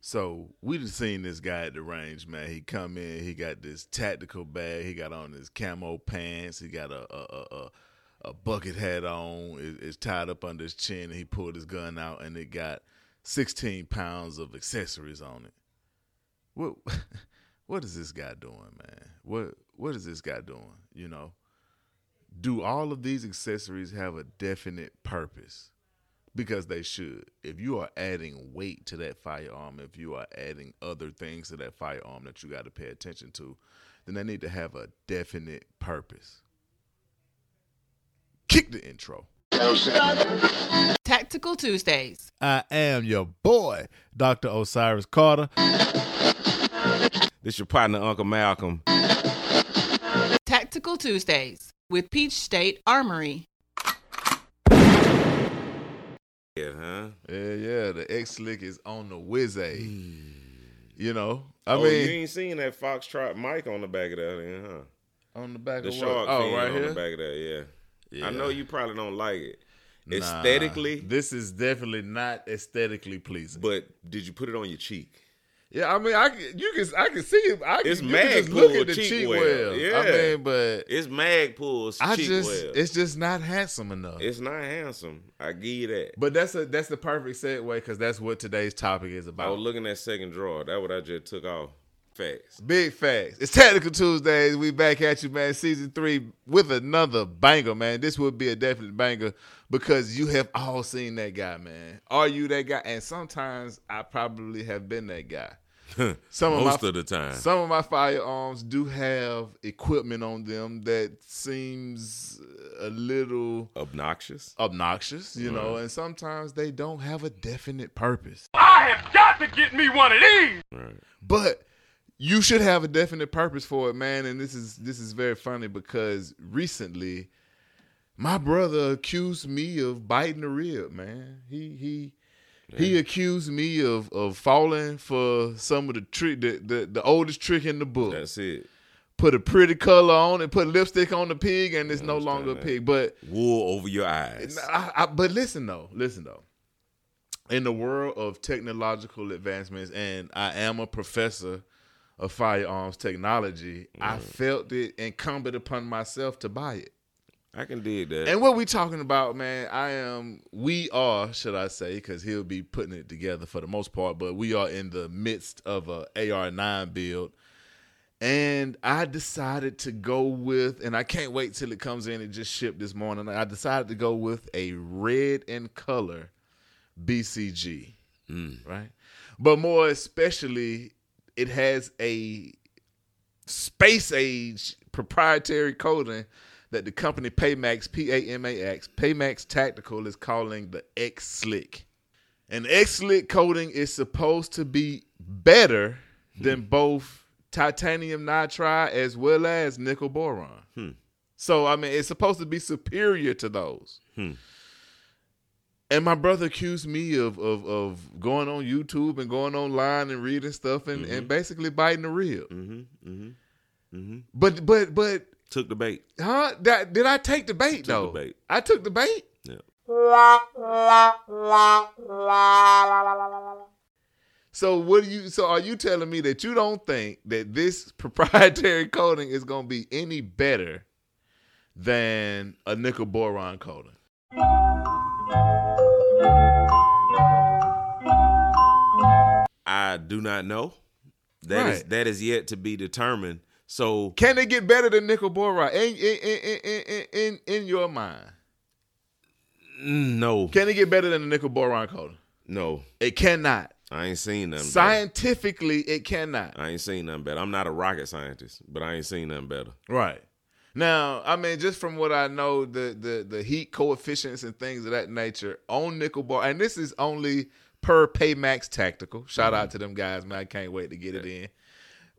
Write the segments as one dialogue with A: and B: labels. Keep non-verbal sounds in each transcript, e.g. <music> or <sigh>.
A: So we just seen this guy at the range, man. He come in, he got this tactical bag, he got on his camo pants, he got a a a, a, a bucket hat on, it, it's tied up under his chin, and he pulled his gun out, and it got sixteen pounds of accessories on it. What <laughs> what is this guy doing, man? What what is this guy doing? You know, do all of these accessories have a definite purpose? because they should. If you are adding weight to that firearm, if you are adding other things to that firearm that you got to pay attention to, then they need to have a definite purpose. Kick the intro.
B: Tactical Tuesdays.
A: I am your boy, Dr. Osiris Carter.
C: This your partner, Uncle Malcolm.
B: Tactical Tuesdays with Peach State Armory.
C: Yeah, huh?
A: Yeah, yeah, the X Slick is on the whiz You know, I
C: Hmm. oh, you
A: mean,
C: ain't seen that Foxtrot mic on the back of that, then, huh?
A: on the back
C: The
A: of what?
C: shark
A: Oh,
C: fin
A: right
C: on
A: here.
C: the back of that, yeah. I know you probably don't like it
A: Nah,
C: aesthetically,
A: this is definitely not aesthetically pleasing.
C: but did you put it on your cheek?
A: Yeah, I mean, I can- you can I can see it. I can,
C: It's
A: you can just
C: Magpul
A: look at the
C: cheek
A: cheek
C: well.
A: well. I
C: Yeah.
A: mean, but
C: It's Magpul's
A: I
C: cheek
A: just
C: well.
A: it's just not handsome enough.
C: It's not handsome. I give you that.
A: but that's a that's the perfect segue because that's what today's topic is
C: I
A: about.
C: was looking at second drawer. That what I just took off. Facts.
A: Big facts. It's Tactical Tuesdays. We back at you, man. Season three with another banger, man. This would be a definite banger because you have all seen that guy, man. Are you that guy? And sometimes I probably have been that
C: <laughs>
A: guy. Some
C: Most
A: my,
C: of the time.
A: Some of my firearms do have equipment on them that seems a little
C: Obnoxious.
A: obnoxious, you know, and sometimes they don't have a definite purpose.
D: I have got to get me one of these.
C: Right.
A: But you should have a definite purpose for it, man. And this is this is very funny because recently my brother accused me of biting the rib, man. He he he accused me of of falling for some of the trick the, the, the oldest trick in the book.
C: That's it.
A: put a pretty color on it, put lipstick on the pig, and it's no
C: understand
A: longer a
C: that.
A: pig. But
C: Wool over your eyes.
A: I, I, but listen though, listen though. In the world of technological advancements, and I am a professor of firearms technology,
C: Mm.
A: I felt it incumbent upon myself to buy it.
C: I can dig that.
A: And what we talking about, man? I am. We are, should I say, because he'll be putting it together for the most part. But we are in the midst of a AR9 build, and I decided to go with, and I can't wait till it comes in and just shipped this morning. I decided to go with a red in color BCG, right? But more especially, it has a space age proprietary coding that the company Paymax, P A M A X, Paymax Tactical is calling the X Slick. And X Slick coding is supposed to be better than both titanium nitride as well as nickel boron. So, I mean, it's supposed to be superior to those. And my brother accused me of, of of going on YouTube and going online and reading stuff and, and basically biting the rib. But but but
C: Mm-hmm, Took the bait.
A: huh? That did I take the bait though?
C: the bait.
A: I took the bait.
C: Yeah.
A: So what do you? So are you telling me that you don't think that this <laughs> proprietary coating is going to be any better than a nickel boron coating?
C: I do not know. That is
A: Right.
C: that is yet to be determined. So
A: Can it get better than nickel boron in in in in in, in, in your mind?
C: mm, no,
A: Can it get better than the nickel boron coating?
C: no,
A: It cannot.
C: I ain't seen nothing.
A: Scientifically, it cannot.
C: better. I ain't seen nothing better. I'm not a rocket scientist, but I ain't seen nothing better.
A: Right. Now, I mean, just from what I know, the the the heat coefficients and things of that nature on nickel bar, and this is only per Paymax Tactical. Shout
C: Mm-hmm.
A: out to them guys, man! I can't wait to get it in.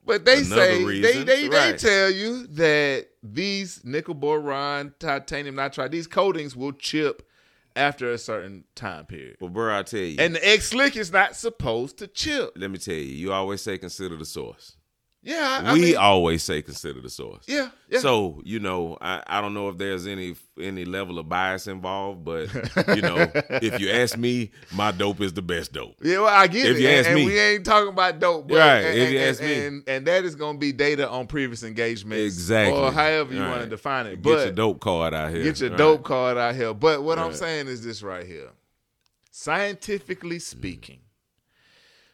A: But they
C: Another
A: say they
C: reason.
A: they,
C: Right.
A: they tell you that these nickel boron, titanium nitride, these coatings will chip after a certain time period,
C: Well, bro, I tell you,
A: and the X slick is not supposed to chip.
C: let me tell you, you always say consider the source.
A: Yeah, I, I
C: we
A: mean,
C: always say consider the source.
A: yeah, yeah.
C: So you know, I, I don't know if there's any any level of bias involved, but
A: <laughs>
C: you know, if you ask me, my dope is the best dope.
A: Yeah, well, I get
C: If
A: it.
C: you
A: and,
C: ask
A: and
C: me.
A: we ain't talking about dope, but
C: Right,
A: And,
C: if you
A: and-
C: ask me.
A: and, and that is going to be data on previous engagements,
C: Exactly.
A: or however you
C: Right.
A: want to define it.
C: Get
A: But
C: your dope card out here.
A: Get your
C: Right.
A: dope card out here. But what I'm
C: Right.
A: saying is this right here. Scientifically speaking,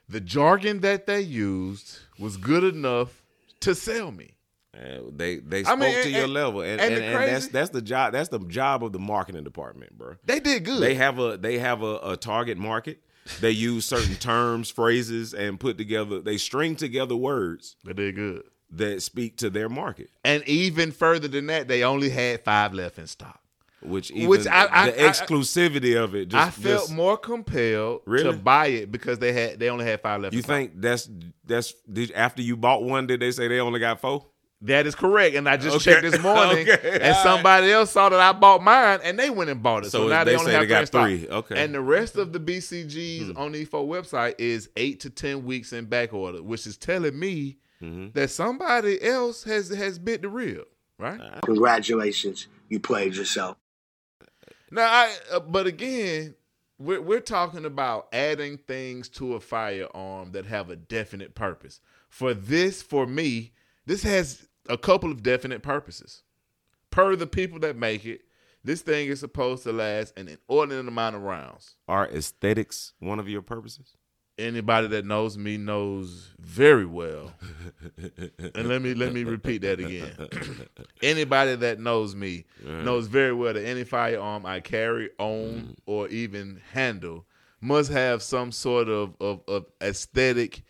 A: the jargon that they used was good enough to sell me.
C: Uh, they they
A: I
C: spoke
A: mean,
C: to
A: and-
C: your
A: and-
C: level, and,
A: and
C: and,
A: the
C: and that's
A: crazy-
C: that's the job that's the job of the marketing department, bro.
A: They did good.
C: They have a they have a, a target market. They
A: <laughs>
C: use certain terms, phrases, and put together. They string together words
A: they did good.
C: that speak to their market.
A: And even further than that, they only had five left in stock.
C: Which even
A: Which I- I-
C: the
A: I-
C: exclusivity of it. Just,
A: I felt
C: just-
A: more compelled
C: Really?
A: to buy it because they had they only had five left.
C: You
A: in stock.
C: think that's that's did, after you bought one? Did they say they only got four?
A: That is correct. And I just
C: Okay.
A: checked
C: <laughs>
A: this morning,
C: Okay.
A: and
C: All
A: somebody else saw that I bought mine, and they went and bought it. So,
C: So
A: now they,
C: they
A: only
C: say
A: have
C: they
A: three
C: got
A: in stock.
C: three. Okay. Hmm.
A: And the rest of the BCGs on the E4 website is eight to ten weeks in back order, which is telling me
C: Mm-hmm.
A: that somebody else has has bit the rib, right?
C: Uh,
E: Congratulations, you played yourself.
A: Now, I uh, but again, we're we're talking about adding things to a firearm that have a definite purpose. For this, for me, this has a couple of definite purposes. Per the people that make it, this thing is supposed to last an inordinate amount of rounds.
C: Are aesthetics one of your purposes?
A: Anybody that knows me knows very well. and let me let me repeat that again. Anybody that knows me knows very well that any firearm I carry, own, or even handle must have some sort of, of, of aesthetic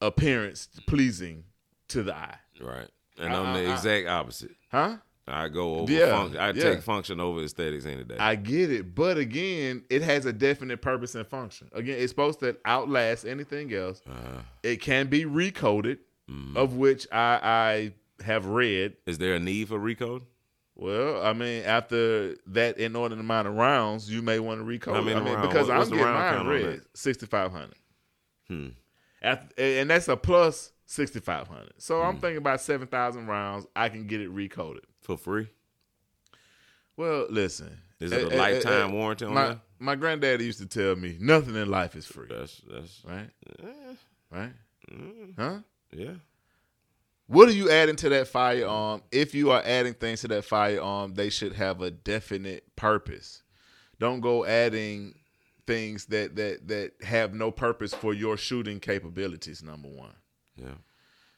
A: appearance pleasing to the eye.
C: Right. And
A: I-
C: I'm
A: I-
C: the
A: I-
C: exact opposite.
A: Huh?
C: I go over
A: Yeah,
C: function. I
A: yeah.
C: take function over aesthetics any day.
A: I get it, but again, it has a definite purpose and function. Again, it's supposed to outlast anything else.
C: Uh,
A: it can be recoded,
C: Mm-hmm.
A: of which I, I have read
C: Is there a need for recode?
A: Well, I mean, after that inordinate amount of rounds, you may want to recode.
C: How
A: it.
C: many
A: I mean,
C: rounds?
A: because
C: What-
A: I'm
C: what's the
A: getting
C: round
A: mine
C: count on
A: red,
C: that? Hmm.
A: sixty five hundred. After, and that's a plus sixty five hundred. So I'm
C: Hmm.
A: thinking about seven thousand rounds. I can get it recoded.
C: For free?
A: Well, listen,
C: Is it a
A: eh, eh, eh,
C: lifetime
A: eh,
C: warranty on
A: My
C: that?
A: my granddaddy used to tell me nothing in life is free,
C: That's that's
A: right?
C: Eh.
A: Right?
C: Mm.
A: Huh?
C: yeah.
A: What are you adding to that firearm? If you are adding things to that firearm, they should have a definite purpose. Don't go adding things that that that have no purpose for your shooting capabilities. Number one,
C: Yeah.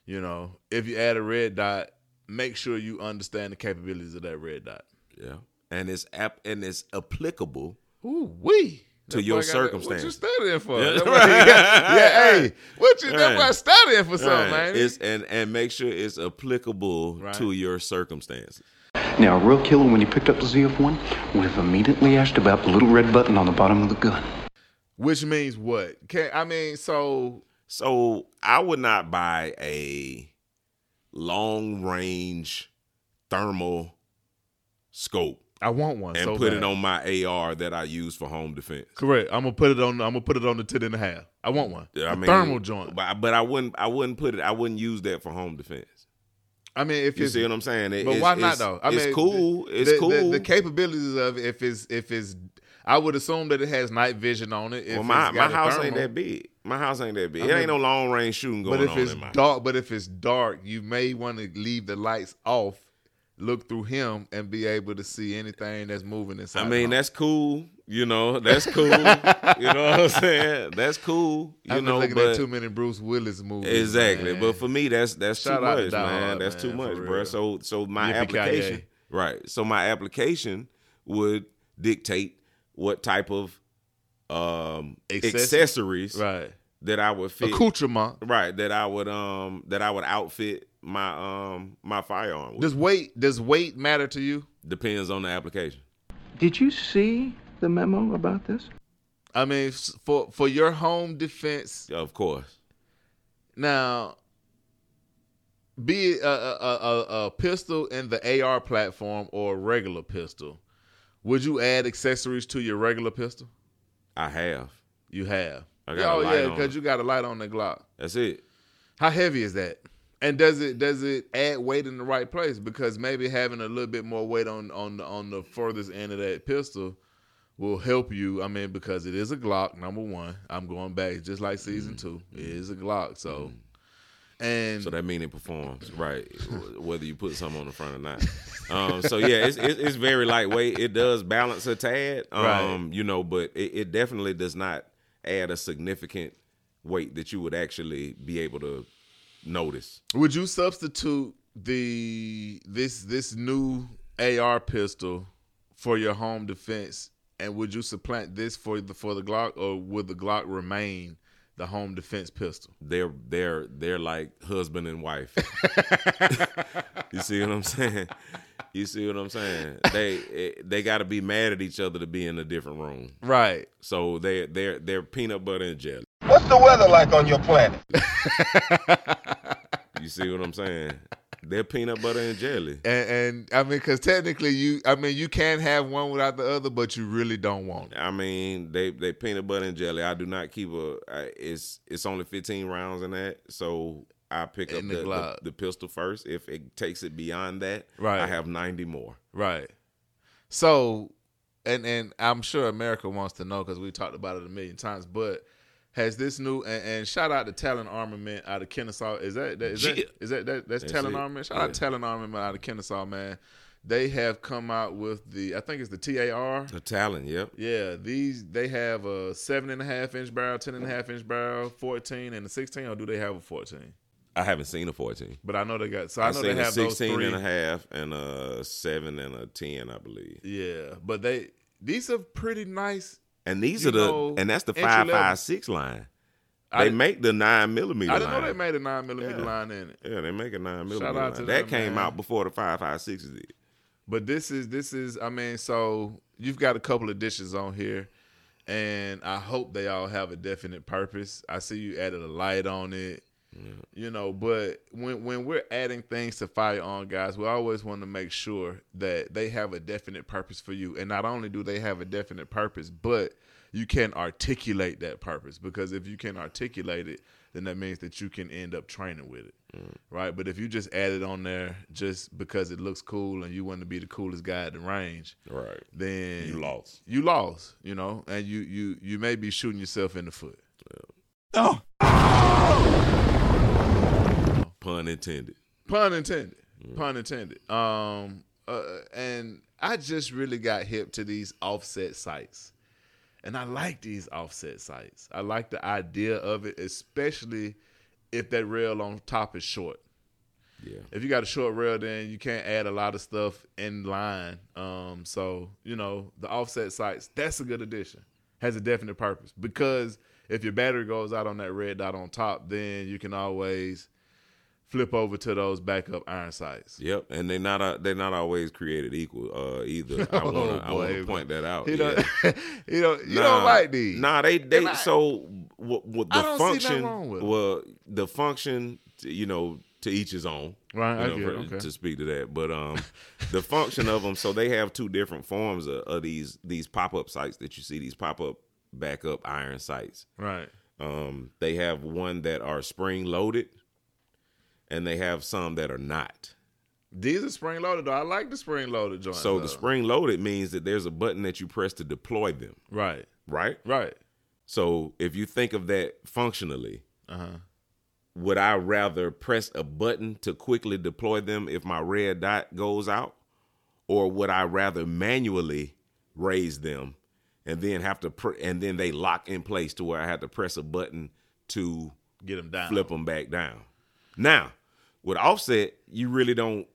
A: you know, if you add a red dot, make sure you understand the capabilities of that red dot.
C: Yeah. And it's app and it's applicable.
A: Ooh wee.
C: To your
A: What you
C: circumstances.
A: studying for?
C: Yeah,
A: That's
C: right. <laughs>
A: what- yeah, yeah, hey, what you? That's
C: Right.
A: why I studying for something,
C: Right.
A: man.
C: It's and and make sure it's applicable
A: Right.
C: to your circumstances.
F: Now, a real killer, when he picked up the ZF1, would have immediately asked about the little red button on the bottom of the gun.
A: Which means what? Can I mean? So
C: So I would not buy a long range thermal scope
A: I want one
C: and
A: so
C: put
A: bad.
C: it on my AR that I use for home defense.
A: Correct. I'm gonna put it on. I'm gonna put it on the ten and a half. I want one.
C: Yeah,
A: A thermal joint.
C: But, I- but I wouldn't I wouldn't put it I wouldn't use that for home defense.
A: I mean, if
C: You
A: it's
C: see what I'm saying? It-
A: but
C: it's-
A: why not
C: it's-
A: though? I
C: it's
A: mean,
C: cool.
A: the-
C: It's
A: the-
C: cool.
A: The, the capabilities of if it's if it's, I would assume that it has night vision on it. If
C: well, my,
A: it's got
C: my
A: a
C: house
A: thermal.
C: ain't that big. My house ain't that big.
A: I
C: it
A: mean,
C: ain't no long range shooting going
A: But if
C: on
A: it's
C: in my
A: dark, but if it's dark, you may want to leave the lights off, look through him, and be able to see anything that's moving inside.
C: I
A: the
C: mean,
A: house.
C: that's cool.
A: <laughs>
C: You know, that's cool. you know what I'm saying? That's cool. You
A: I've been
C: know,
A: looking
C: but
A: at too many Bruce Willis movies.
C: exactly.
A: man.
C: But for me, that's that's
A: Shout
C: too
A: out to
C: much,
A: Die
C: man.
A: Hard,
C: that's too
A: man,
C: much,
A: for
C: bro.
A: real.
C: So so my
A: Yippee-ki-yay.
C: application, right? So my application would dictate what type of um
A: Accessories.
C: accessories
A: right,
C: that I would fit.
A: accoutrement.
C: Right, that I would um that I would outfit my um my firearm with.
A: Does weight does weight matter to you?
C: Depends on the application.
F: Did you see the memo about this?
A: I mean, s- for for your home defense
C: Of course.
A: now, be it a, a, a, a- a pistol in the AR platform or a regular pistol, would you add accessories to your regular pistol?
C: I have.
A: You have. Oh,
C: I got a light on
A: because
C: it.
A: you got a light on the Glock.
C: That's it.
A: How heavy is that? And does it does it add weight in the right place? Because maybe having a little bit more weight on on the- on the furthest end of that pistol will help you. I mean, because it is a Glock number one. I'm going back just like season two. It is a Glock. So and
C: Mm-hmm. So that mean it performs right, wh- whether you put something on the front or not. Um, so yeah, it's, it's it's very lightweight. It does balance a tad, um,
A: Right.
C: you know, but it, it definitely does not add a significant weight that you would actually be able to notice.
A: Would you substitute the this this new AR pistol for your home defense, and would you supplant this for the for the Glock, or would the Glock remain the home defense pistol?
C: They're they're they're like husband and
A: <laughs>
C: wife. you see what I'm saying? You see what I'm saying? They eh, they got to be mad at each other to be in a different room.
A: Right.
C: So they they're they're peanut butter and jelly.
G: What's the weather like on your planet?
C: You see what I'm saying? They're peanut butter and jelly.
A: And, and I mean, because technically, you I mean, you can have one without the other, but you really don't want it.
C: I mean, they they peanut butter and jelly. I do not keep a. I, it's it's only 15 rounds in that, so I pick up
A: In
C: the,
A: the
C: the,
A: Glock.
C: the pistol first. If it takes it beyond that,
A: Right.
C: I have 90 more.
A: Right. So, and and I'm sure America wants to know because we talked about it a million times, but. Has this new and, and shout out to Talent Armament out of Kennesaw? Is that, that is
C: Yeah.
A: that is that, that that's,
C: That's
A: Talent
C: it.
A: Armament? Shout
C: Yeah.
A: out Talent Armament out of Kennesaw, man. They have come out with the I think it's the TAR.
C: The talent, yep.
A: Yeah, these they have a seven and a half inch barrel, ten and a half inch barrel, fourteen and a sixteen, or do they have a fourteen?
C: I haven't seen a 14.
A: But I know they got. So I
C: I've
A: know they
C: seen a
A: have those
C: 16
A: three.
C: and a half and a 7 and a 10, I believe.
A: Yeah, but they these are pretty nice.
C: And these
A: You
C: are the
A: know,
C: and that's the
A: entry
C: 556 line.
A: I
C: They
A: di-
C: make the 9 millimeter
A: I didn't
C: line.
A: know they made a nine millimeter
C: Yeah.
A: line in it.
C: yeah, they make a 9 millimeter
A: Shout
C: line.
A: out to
C: that
A: them,
C: came
A: man.
C: out before the 556 did.
A: But this is this is I mean, so you've got a couple of dishes on here, and I hope they all have a definite purpose. I see you added a light on it. You know, but when when we're adding things to Fire On, guys, we always want to make sure that they have a definite purpose for you. And not only do they have a definite purpose, but you can articulate that purpose because if you can articulate it, then that means that you can end up training with it, right? But if you just add it on there just because it looks cool and you want to be the coolest guy at the range,
C: Right.
A: then
C: You lost.
A: You lost, you know, and you you you may be shooting yourself in the foot.
C: Pun intended.
A: pun intended pun intended um uh, and i just really got hip to these offset sites and i like these offset sites i like the idea of it especially if that rail on top is short
C: Yeah.
A: if you got a short rail then you can't add a lot of stuff in line um so you know the offset sights that's a good addition has a definite purpose because if your battery goes out on that red dot on top then you can always flip over to those backup iron sights
C: Yep, and they not uh, they not always created equal uh, either.
A: <laughs>
C: I want to
A: Oh,
C: I
A: boy.
C: want to point that out.
A: He
C: yeah.
A: don't, <laughs> he don't, you don't like these.
C: Nah, they they
A: And I-
C: so what, what the
A: I don't see nothing
C: function
A: wrong with it.
C: well the function you know to each his own.
A: Right,
C: you
A: I
C: know,
A: get it,
C: for-
A: okay.
C: to speak to that, but um, the function of them. So they have two different forms of, of these these pop up sites that you see these pop up backup iron sites.
A: Right.
C: Um, they have one that are spring loaded, and they have some that are not.
A: These are spring loaded though. I like the spring loaded joints.
C: So
A: though.
C: the spring loaded means that there's a button that you press to deploy them,
A: Right.
C: right?
A: Right.
C: So if you think of that functionally,
A: Uh huh.
C: would I rather press a button to quickly deploy them if my red dot goes out? Or would I rather manually raise them and then have to pr- and then they lock in place to where I have to press a button to
A: Get them down.
C: flip them back down. Now, with offset, you really don't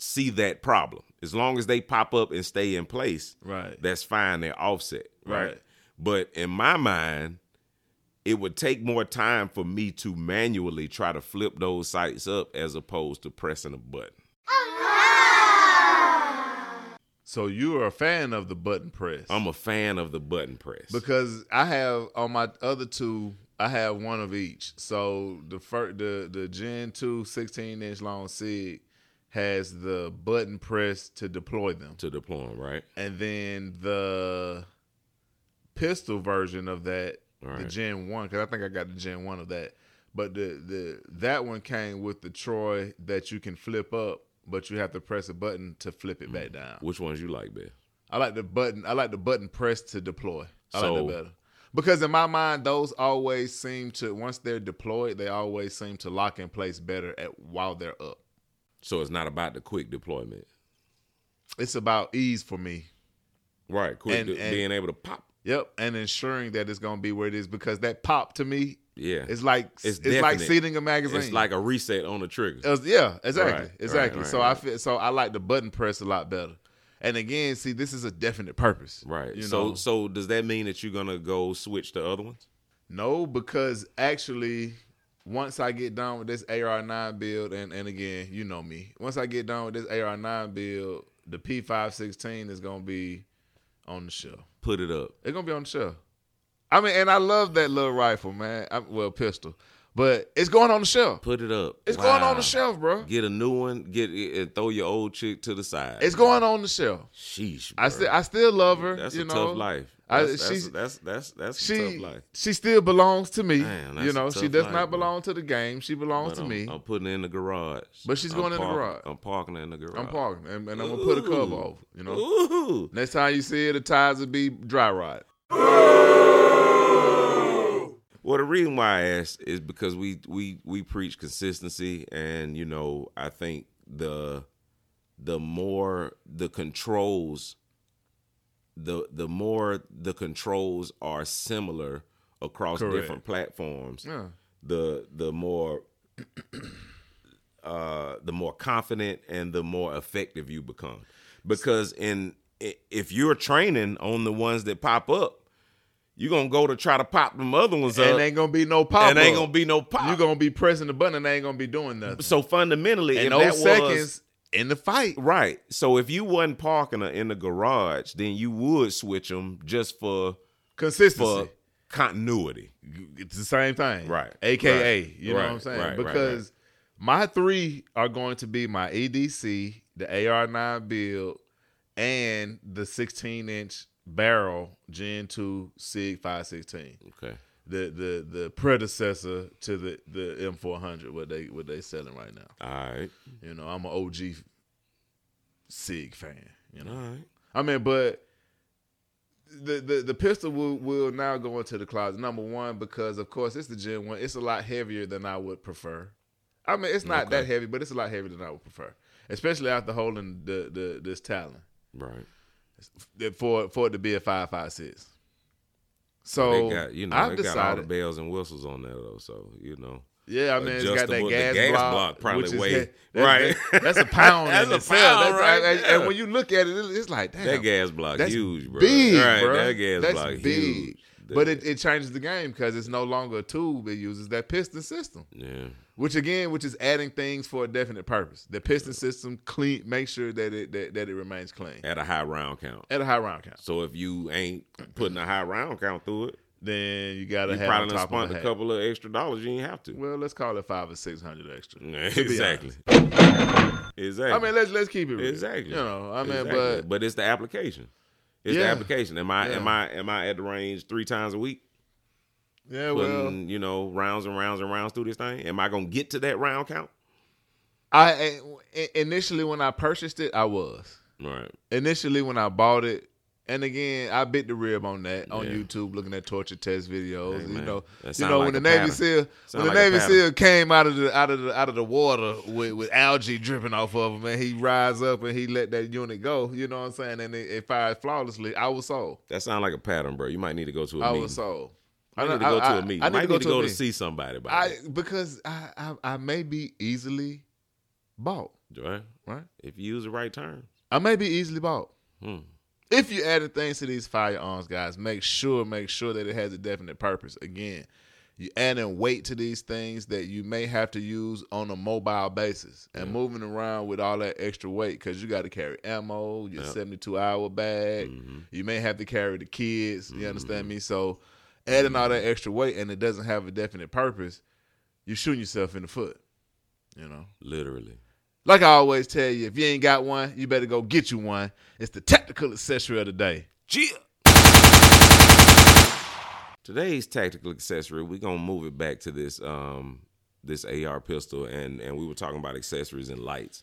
C: see that problem. As long as they pop up and stay in place,
A: Right.
C: that's fine. They're offset, right?
A: Right.
C: But in my mind, it would take more time for me to manually try to flip those sites up as opposed to pressing a button.
A: So you are a fan of the button press.
C: I'm a fan of the button press.
A: because I have on my other two, I have one of each. So the first, the the Gen 2 16 inch long SIG has the button press to deploy them.
C: to deploy 'em, right?
A: and then the pistol version of that, the
C: Alright.
A: Gen One, because I think I got the Gen One of that, But the the that one came with the Troy that you can flip up, but you have to press a button to flip it back down.
C: Which ones you like best?
A: I like the button. I like the button press to deploy. I like
C: So-
A: that better because in my mind, those always seem to once they're deployed, they always seem to lock in place better at while they're up.
C: So it's not about the quick deployment,
A: It's about ease for me.
C: right? Quick
A: And-
C: de-
A: and-
C: being able to pop.
A: Yep, and ensuring that it's gonna be where it is because that pop to me,
C: Yeah,
A: it's like
C: It's
A: it's, like
C: definite.
A: seating a magazine. Uh,
C: It's like a reset on the trigger.
A: It was- yeah, exactly,
C: Right,
A: exactly.
C: right,
A: so
C: right,
A: I
C: right.
A: feel so I like the button press a lot better. And again, see, this is a definite purpose,
C: Right.
A: You
C: so
A: know,
C: so does that mean that you're gonna go switch to other ones?
A: no, because actually, once I get done with this AR nine build, and and again, you know me, once I get done with this AR nine build, the P five sixteen is gonna be on the shelf.
C: Put it up.
A: It's gonna be on the shelf. I mean, and I love that little rifle, man. I, well, pistol, but it's going on the shelf.
C: Put it up.
A: It's going on
C: Wow.
A: the shelf, bro.
C: Get a new one. Get it and throw your old chick to the side.
A: It's going on the shelf.
C: sheesh.
A: I
C: bro.
A: still, I still love her.
C: That's
A: you
C: a
A: know?
C: tough life.
A: I-
C: That's, that's,
A: she's-
C: that's that's that's a
A: She,
C: tough life.
A: she still belongs to me.
C: Man, that's
A: you
C: a
A: know, she
C: tough
A: does
C: life,
A: not
C: bro.
A: belong to the game. She belongs
C: But
A: to
C: I'm,
A: me.
C: I'm putting it in the garage.
A: But she's
C: I'm
A: going in the
C: park-
A: garage.
C: I'm parking it in the garage.
A: I'm parking, and, and I'm gonna put a cover
C: Ooh.
A: over. You know,
C: Ooh.
A: next time you see her, the tires will be dry rot.
C: Well, the reason why I asked is because we we we preach consistency, and you know, I think the the more the controls, the the more the controls are similar across
A: Correct.
C: different platforms.
A: Yeah,
C: The the more uh the more confident and the more effective you become, because in i- if you're training on the ones that pop up. You're gonna go to try to pop them other ones up
A: and ain't gonna be no pop.
C: and ain't gonna be no pop.
A: You gonna be pressing the button, and they ain't gonna be doing nothing.
C: so fundamentally,
A: and
C: if
A: no
C: that
A: seconds in the fight.
C: was right. So if you wasn't parking her in the garage, then you would switch them just for
A: Consistency.
C: for continuity.
A: it's the same thing.
C: Right.
A: AKA.
C: Right.
A: You know what I'm
C: Right.
A: saying?
C: Right. Right.
A: because my three are going to be my EDC, the AR9 build, and the 16 inch barrel Gen 2 SIG 516.
C: Okay,
A: The the the predecessor to the, the M400, what they what they selling right now.
C: all right,
A: You know, I'm an OG SIG fan. You know,
C: all right.
A: I mean, but the the, the pistol will, will now go into the closet. Number one, because of course it's the Gen One. It's a lot heavier than I would prefer. I mean, it's not that heavy, but it's a lot heavier than I would prefer, especially after holding the the this Talon
C: Right.
A: for for it to be a five five six. So
C: they got you know
A: I've
C: they got all the
A: decided,
C: bells and whistles on that though. So you know.
A: yeah, I mean, it's got that
C: adjustable- the
A: gas,
C: gas
A: block,
C: block probably
A: which is
C: weigh-
A: he- that-
C: right.
A: that- that's a
C: <laughs>
A: pound
C: That's
A: in
C: a
A: itself.
C: pound
A: That's-
C: right
A: and-
C: there.
A: and when you look at it, it- it's like damn,
C: That gas block
A: That's
C: huge, bro.
A: Big,
C: right,
A: bro.
C: that gas
A: That's
C: block
A: big.
C: huge.
A: But it, it changes the game because it's no longer a tube. It uses that piston system,
C: yeah,
A: which again, which is adding things for a definite purpose. The piston system clean, make sure that it that, that it remains clean
C: at a high round count.
A: at a high round count.
C: So if you ain't putting a high round count through it,
A: Then you gotta
C: you
A: have
C: probably
A: probably
C: done
A: top
C: spent
A: of
C: a
A: a couple.
C: couple of extra dollars. You ain't have to.
A: Well, let's call it five or six hundred extra. to be
C: exactly.
A: honest.
C: Exactly.
A: I mean, let's let's keep it real.
C: exactly.
A: You know, I mean,
C: Exactly.
A: but
C: it's the application. It's the
A: Yeah.
C: application. Am I am
A: Yeah.
C: I am I at the range three times a week?
A: yeah,
C: Putting,
A: well,
C: you know, rounds and rounds and rounds through this thing. Am I gonna get to that round count?
A: I I- initially when I purchased it, I was.
C: Right.
A: initially when I bought it, and again I bit the rib on that on
C: Yeah.
A: YouTube looking at torture test videos.
C: Hey,
A: you
C: man,
A: know,
C: that
A: you
C: sound
A: know
C: like
A: when the
C: a
A: Navy
C: pattern.
A: SEAL
C: Sound
A: when
C: like
A: the
C: a
A: Navy
C: pattern.
A: SEAL came out of the out of the out of the water with, with algae dripping off of him, and he rise up and he let that unit go. You know what I'm saying? And it, it fired flawlessly. I was sold.
C: That sounds like a pattern, bro. You might need to go to a
A: I
C: meeting.
A: was sold.
C: I need to
A: I-
C: go
A: I-
C: to a meeting.
A: I
C: might need to go
A: a
C: to
A: meeting.
C: see somebody about
A: I
C: it.
A: because I, I I may be easily bought.
C: Right?
A: Right.
C: If you use the right term.
A: I may be easily bought.
C: Hmm.
A: If you added things to these firearms, guys, make sure, make sure that it has a definite purpose. Again, you adding weight to these things that you may have to use on a mobile basis and moving around with all that extra weight because you got to carry ammo, your 72 hour bag. You may have to carry the kids. You understand me? So adding all that extra weight and it doesn't have a definite purpose, you're shooting yourself in the foot, you know?
C: Literally.
A: Like I always tell you, if you ain't got one, you better go get you one. It's the tactical accessory of the day.
C: Gia. Today's tactical accessory, we're gonna move it back to this um this AR pistol and and we were talking about accessories and lights.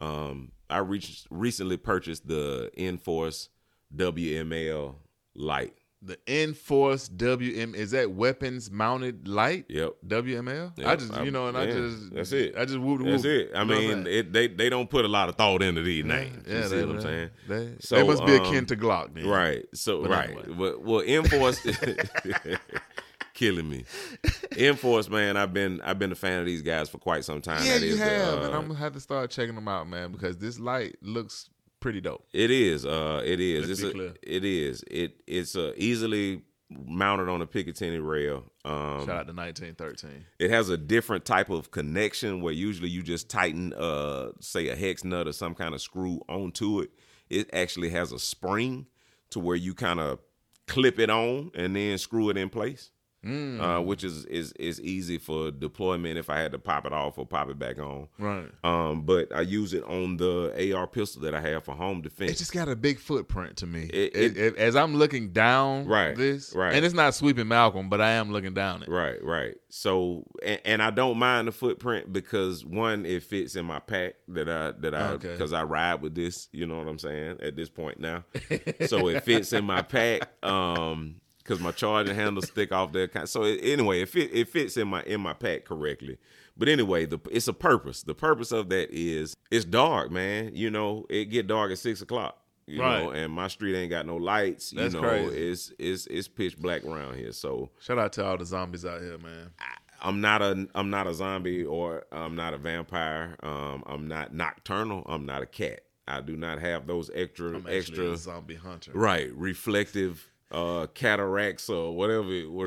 C: Um I reached, recently purchased the Enforce WML light.
A: The Enforced WM is that weapons mounted light?
C: Yep.
A: WML.
C: Yeah,
A: I just
C: I-
A: you know, and I
C: yeah,
A: just
C: that's it.
A: I just whoop the whoop.
C: That's it. I
A: You know what I'm
C: mean,
A: saying?
C: it, they they don't put a lot of thought into these names.
A: yeah,
C: you see
A: they-
C: what I'm
A: they-
C: saying?
A: They,
C: So,
A: they must be
C: um,
A: akin to Glock, then.
C: Right. So
A: But
C: right.
A: anyway.
C: Well, well, enforce <laughs> killing
A: <laughs>
C: me. Enforce, man. I've been I've been a fan of these guys for quite some time.
A: Yeah,
C: That
A: you
C: is the,
A: have,
C: uh,
A: and I'm gonna have to start checking them out, man, because this light looks pretty dope.
C: It is. Uh, it is.
A: Let's
C: it's
A: be
C: a,
A: clear.
C: It is. It it's uh, easily mounted on a Picatinny rail. Um,
A: Shout out to 1913.
C: it has a different type of connection where usually you just tighten uh say a hex nut or some kind of screw onto it it actually has a spring to where you kind of clip it on and then screw it in place
A: Mm.
C: uh, which is is is easy for deployment if i had to pop it off or pop it back on
A: Right.
C: um but i use it on the ar pistol that i have for home defense
A: It just got a big footprint to me.
C: It-
A: It- it- as I'm looking down
C: Right,
A: this,
C: right.
A: and it's not sweeping Malcolm, but I am looking down it.
C: Right, right. So, and, and I don't mind the footprint because one, it fits in my pack that I that I
A: Okay.
C: because I ride with this. You know what I'm saying? At this point now, so it fits in my pack. Um, because my charging handles stick off there. kind- So it, anyway, it fit, it fits in my in my pack correctly. But anyway, the it's a purpose. The purpose of that is it's dark, man. You know, it get dark at six o'clock. You
A: Right.
C: know, and my street ain't got no lights. You
A: That's
C: know,
A: crazy.
C: it's it's it's pitch black around here. So
A: Shout out to all the zombies out here, man.
C: I'm not a I'm not a zombie or I'm not a vampire. Um, I'm not nocturnal. I'm not a cat. I do not have those extra
A: I'm actually
C: extra
A: a zombie hunter.
C: right reflective uh cataracts or whatever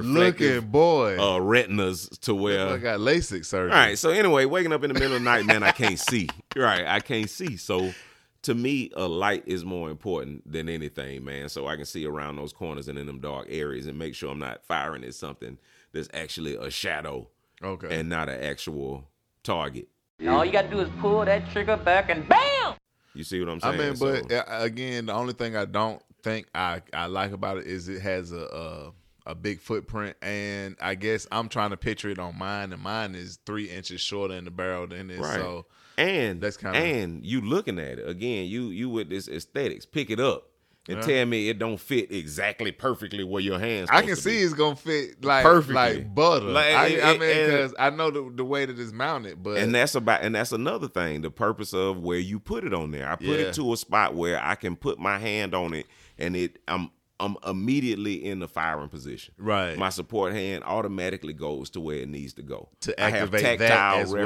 C: reflective
A: Looking boy,
C: uh retinas to where
A: I got LASIK surgery.
C: all right. So anyway, waking up in the middle of the night, man, I can't see. <laughs> Right, I can't see. So to me, a light is more important than anything, man. So I can see around those corners and in them dark areas and make sure I'm not firing at something that's actually a shadow
A: Okay.
C: and not an actual target.
H: All you gotta do is pull that trigger back and BAM!
C: You see what I'm
A: I
C: saying?
A: mean,
C: So-
A: but uh, again, the only thing I don't think I, I like about it is it has a, a a big footprint, and I guess I'm trying to picture it on mine, and mine is three inches shorter in the barrel than it.
C: Right.
A: So
C: and
A: That's
C: that's kind
A: kinda-
C: of and you looking at it again. You you with this aesthetics, pick it up and
A: Yeah.
C: tell me it don't fit exactly perfectly where your hands.
A: I can
C: supposed to be.
A: see it's gonna fit like
C: Perfectly.
A: like butter.
C: Like,
A: I, I
C: it-
A: mean,
C: it-
A: because I know the, the way that it's mounted, but
C: and that's about and that's another thing the purpose of where you put it on there i put
A: Yeah.
C: it to a spot where i can put my hand on it and it i'm i'm immediately in the firing position
A: Right.
C: my support hand automatically goes to where it needs to go
A: To
C: I have
A: activate that
C: tactile
A: as well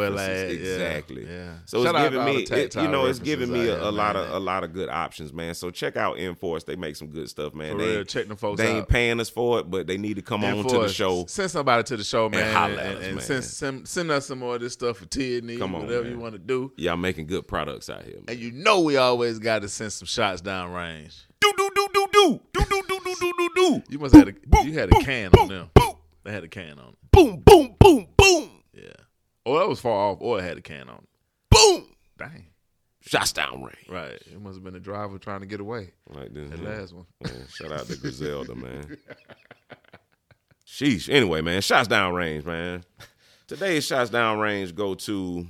A: as-
C: references.
A: yeah,
C: exactly
A: yeah.
C: so
A: Shout out to
C: it's giving
A: all
C: me
A: the
C: it, you
A: tactile
C: know it's giving me
A: references
C: a,
A: out
C: a lot
A: here,
C: of
A: man.
C: a lot of good options man so check out enforce they make some good stuff man
A: For
C: they,
A: real, check them folks
C: they ain't
A: out.
C: paying us for it but they need to come
A: and
C: on
A: for
C: to the
A: us,
C: show
A: Send somebody to the show, man, and,
C: holler at
A: and,
C: us, man.
A: Send, send send us some more of this stuff for Tidney,
C: Come on,
A: whatever
C: man.
A: you want to do.
C: y'all making good products out here man.
A: And you know we always got to send some shots down range.
C: do do do do do do do do do do do do.
A: You must had a
C: Boom,
A: you had a
C: boom,
A: can
C: boom,
A: on them.
C: boom.
A: They had a can on. it.
C: Boom boom boom boom
A: Yeah. Or that was far off. Or it had a can on. it.
C: boom.
A: Dang.
C: Shots down range.
A: Right. It must have been a driver trying to get away.
C: Like this.
A: That
C: man.
A: last one.
C: Man, shout out to Griselda, man. Sheesh. Anyway, man, shots down range, man. Today's shots down range go to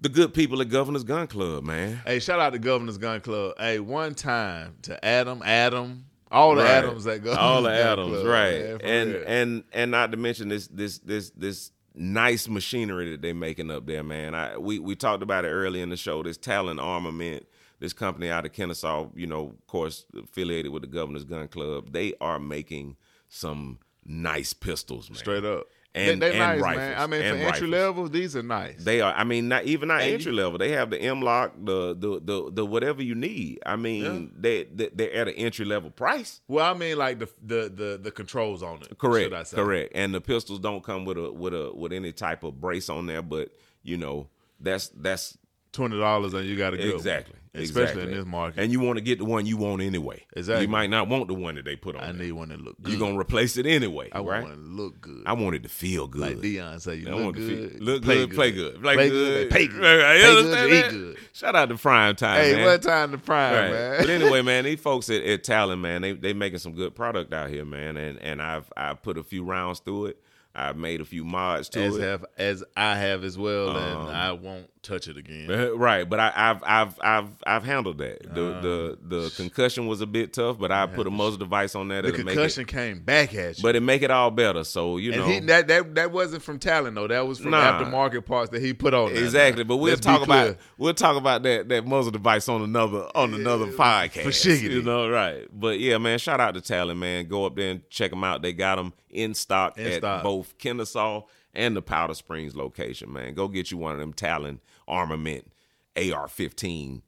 C: the good people at Governor's Gun Club, man.
A: Hey, shout out to Governor's Gun Club. Hey, one time to Adam, Adam, all the
C: Right.
A: Adams that go. <laughs>
C: all the Adams, right? and
A: and
C: and and not to mention this this this this nice machinery that they making up there, man. I we we talked about it early in the show. This Talon Armament, this company out of Kennesaw, you know, of course affiliated with the Governor's Gun Club. They are making some nice pistols, man.
A: straight up,
C: And-
A: they, they
C: and
A: nice, man.
C: rifles,
A: I mean,
C: and
A: for entry
C: rifles.
A: level, these are nice.
C: They are. I mean, not even not
A: And
C: entry level. They have the M lock, the, the the the whatever you need. I mean,
A: Yeah.
C: they, they they're at an entry level price.
A: well, I mean, like the the the, the controls on it.
C: Correct.
A: should I say.
C: Correct. And the pistols don't come with a with a with any type of brace on there, but you know, that's that's
A: Twenty dollars and you got to go.
C: exactly.
A: especially
C: Exactly.
A: in this market.
C: And you want to get the one you want anyway.
A: Exactly.
C: You might not want the one that they put on.
A: I
C: there.
A: need one that look good.
C: You're gonna replace it anyway.
A: I
C: right?
A: want to look good.
C: I want it to feel good.
A: like Dion say, you
C: I
A: look
C: want it to
A: good,
C: feel, look good, play good, play, good,
A: and pay good,
C: Right, right. <laughs> You
A: Pay good,
C: understand that?
A: and eat good.
C: Shout out to Prime Time.
A: Hey,
C: man.
A: what time to prime,
C: Right.
A: man? <laughs>
C: But anyway, man, these folks at, at Talon, man, they they making some good product out here, man. And and I've I put a few rounds through it. I've made a few mods to
A: as
C: it.
A: have as I have as well,
C: Um,
A: and I won't touch it again.
C: Uh, <laughs> Right, but I, I've I've I've I've handled that. The
A: Uh,
C: the the concussion was a bit tough, but I put a muzzle device on that.
A: The
C: it'll make
A: concussion came back at
C: it,
A: you,
C: but it make it all better. So you
A: and
C: know,
A: he, that that that wasn't from talent though. That was from
C: Nah.
A: aftermarket parts that he put on. there.
C: exactly. But we'll
A: Let's be
C: talk about
A: clear.
C: we'll talk about that that muzzle device on another on another podcast.
A: shiggity.
C: you know, right? But yeah, man, shout out to Talon, man. Go up there and check them out. They got them in stock
A: In
C: at
A: stock.
C: both Kennesaw and the Powder Springs location. Man, go get you one of them Talon armament AR fifteen.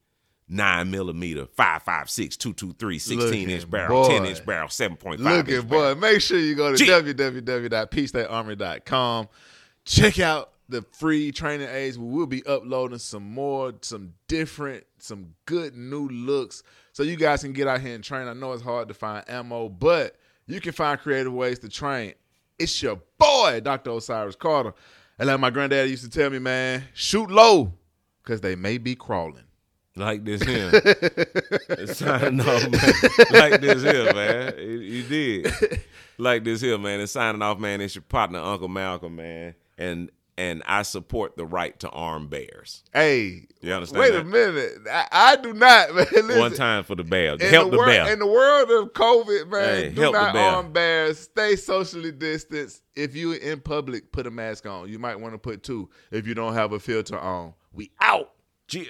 C: Nine millimeter, five five six, two two three, sixteen
A: Looking
C: inch barrel, ten
A: boy.
C: inch barrel, seven point five.
A: Look at boy, make sure you go to
C: Gee.
A: www.peacestatearmory.com. Check out the free training aids. We will be uploading some more, some different, some good new looks so you guys can get out here and train. I know it's hard to find ammo, but you can find creative ways to train. It's your boy, Dr. Osiris Carter. And like my granddaddy used to tell me, man, shoot low because they may be crawling.
C: Like this here.
A: <laughs>
C: It's signing off, man. Like this here, man. You, you did. Like this here, man. And signing off, man. It's your partner, Uncle Malcolm, man. And and I support the right to arm bears.
A: Hey,
C: You understand?
A: wait
C: that?
A: a minute. I, I do not, <laughs> man. Listen,
C: One time for the bear.
A: In
C: Help
A: the
C: the,
A: wor-
C: bear.
A: In the world of COVID, man,
C: Hey,
A: do
C: help the
A: not
C: bear.
A: arm bears. Stay socially distanced. If you in public, put a mask on. You might want to put two if you don't have a filter on. We out.
C: Cheer.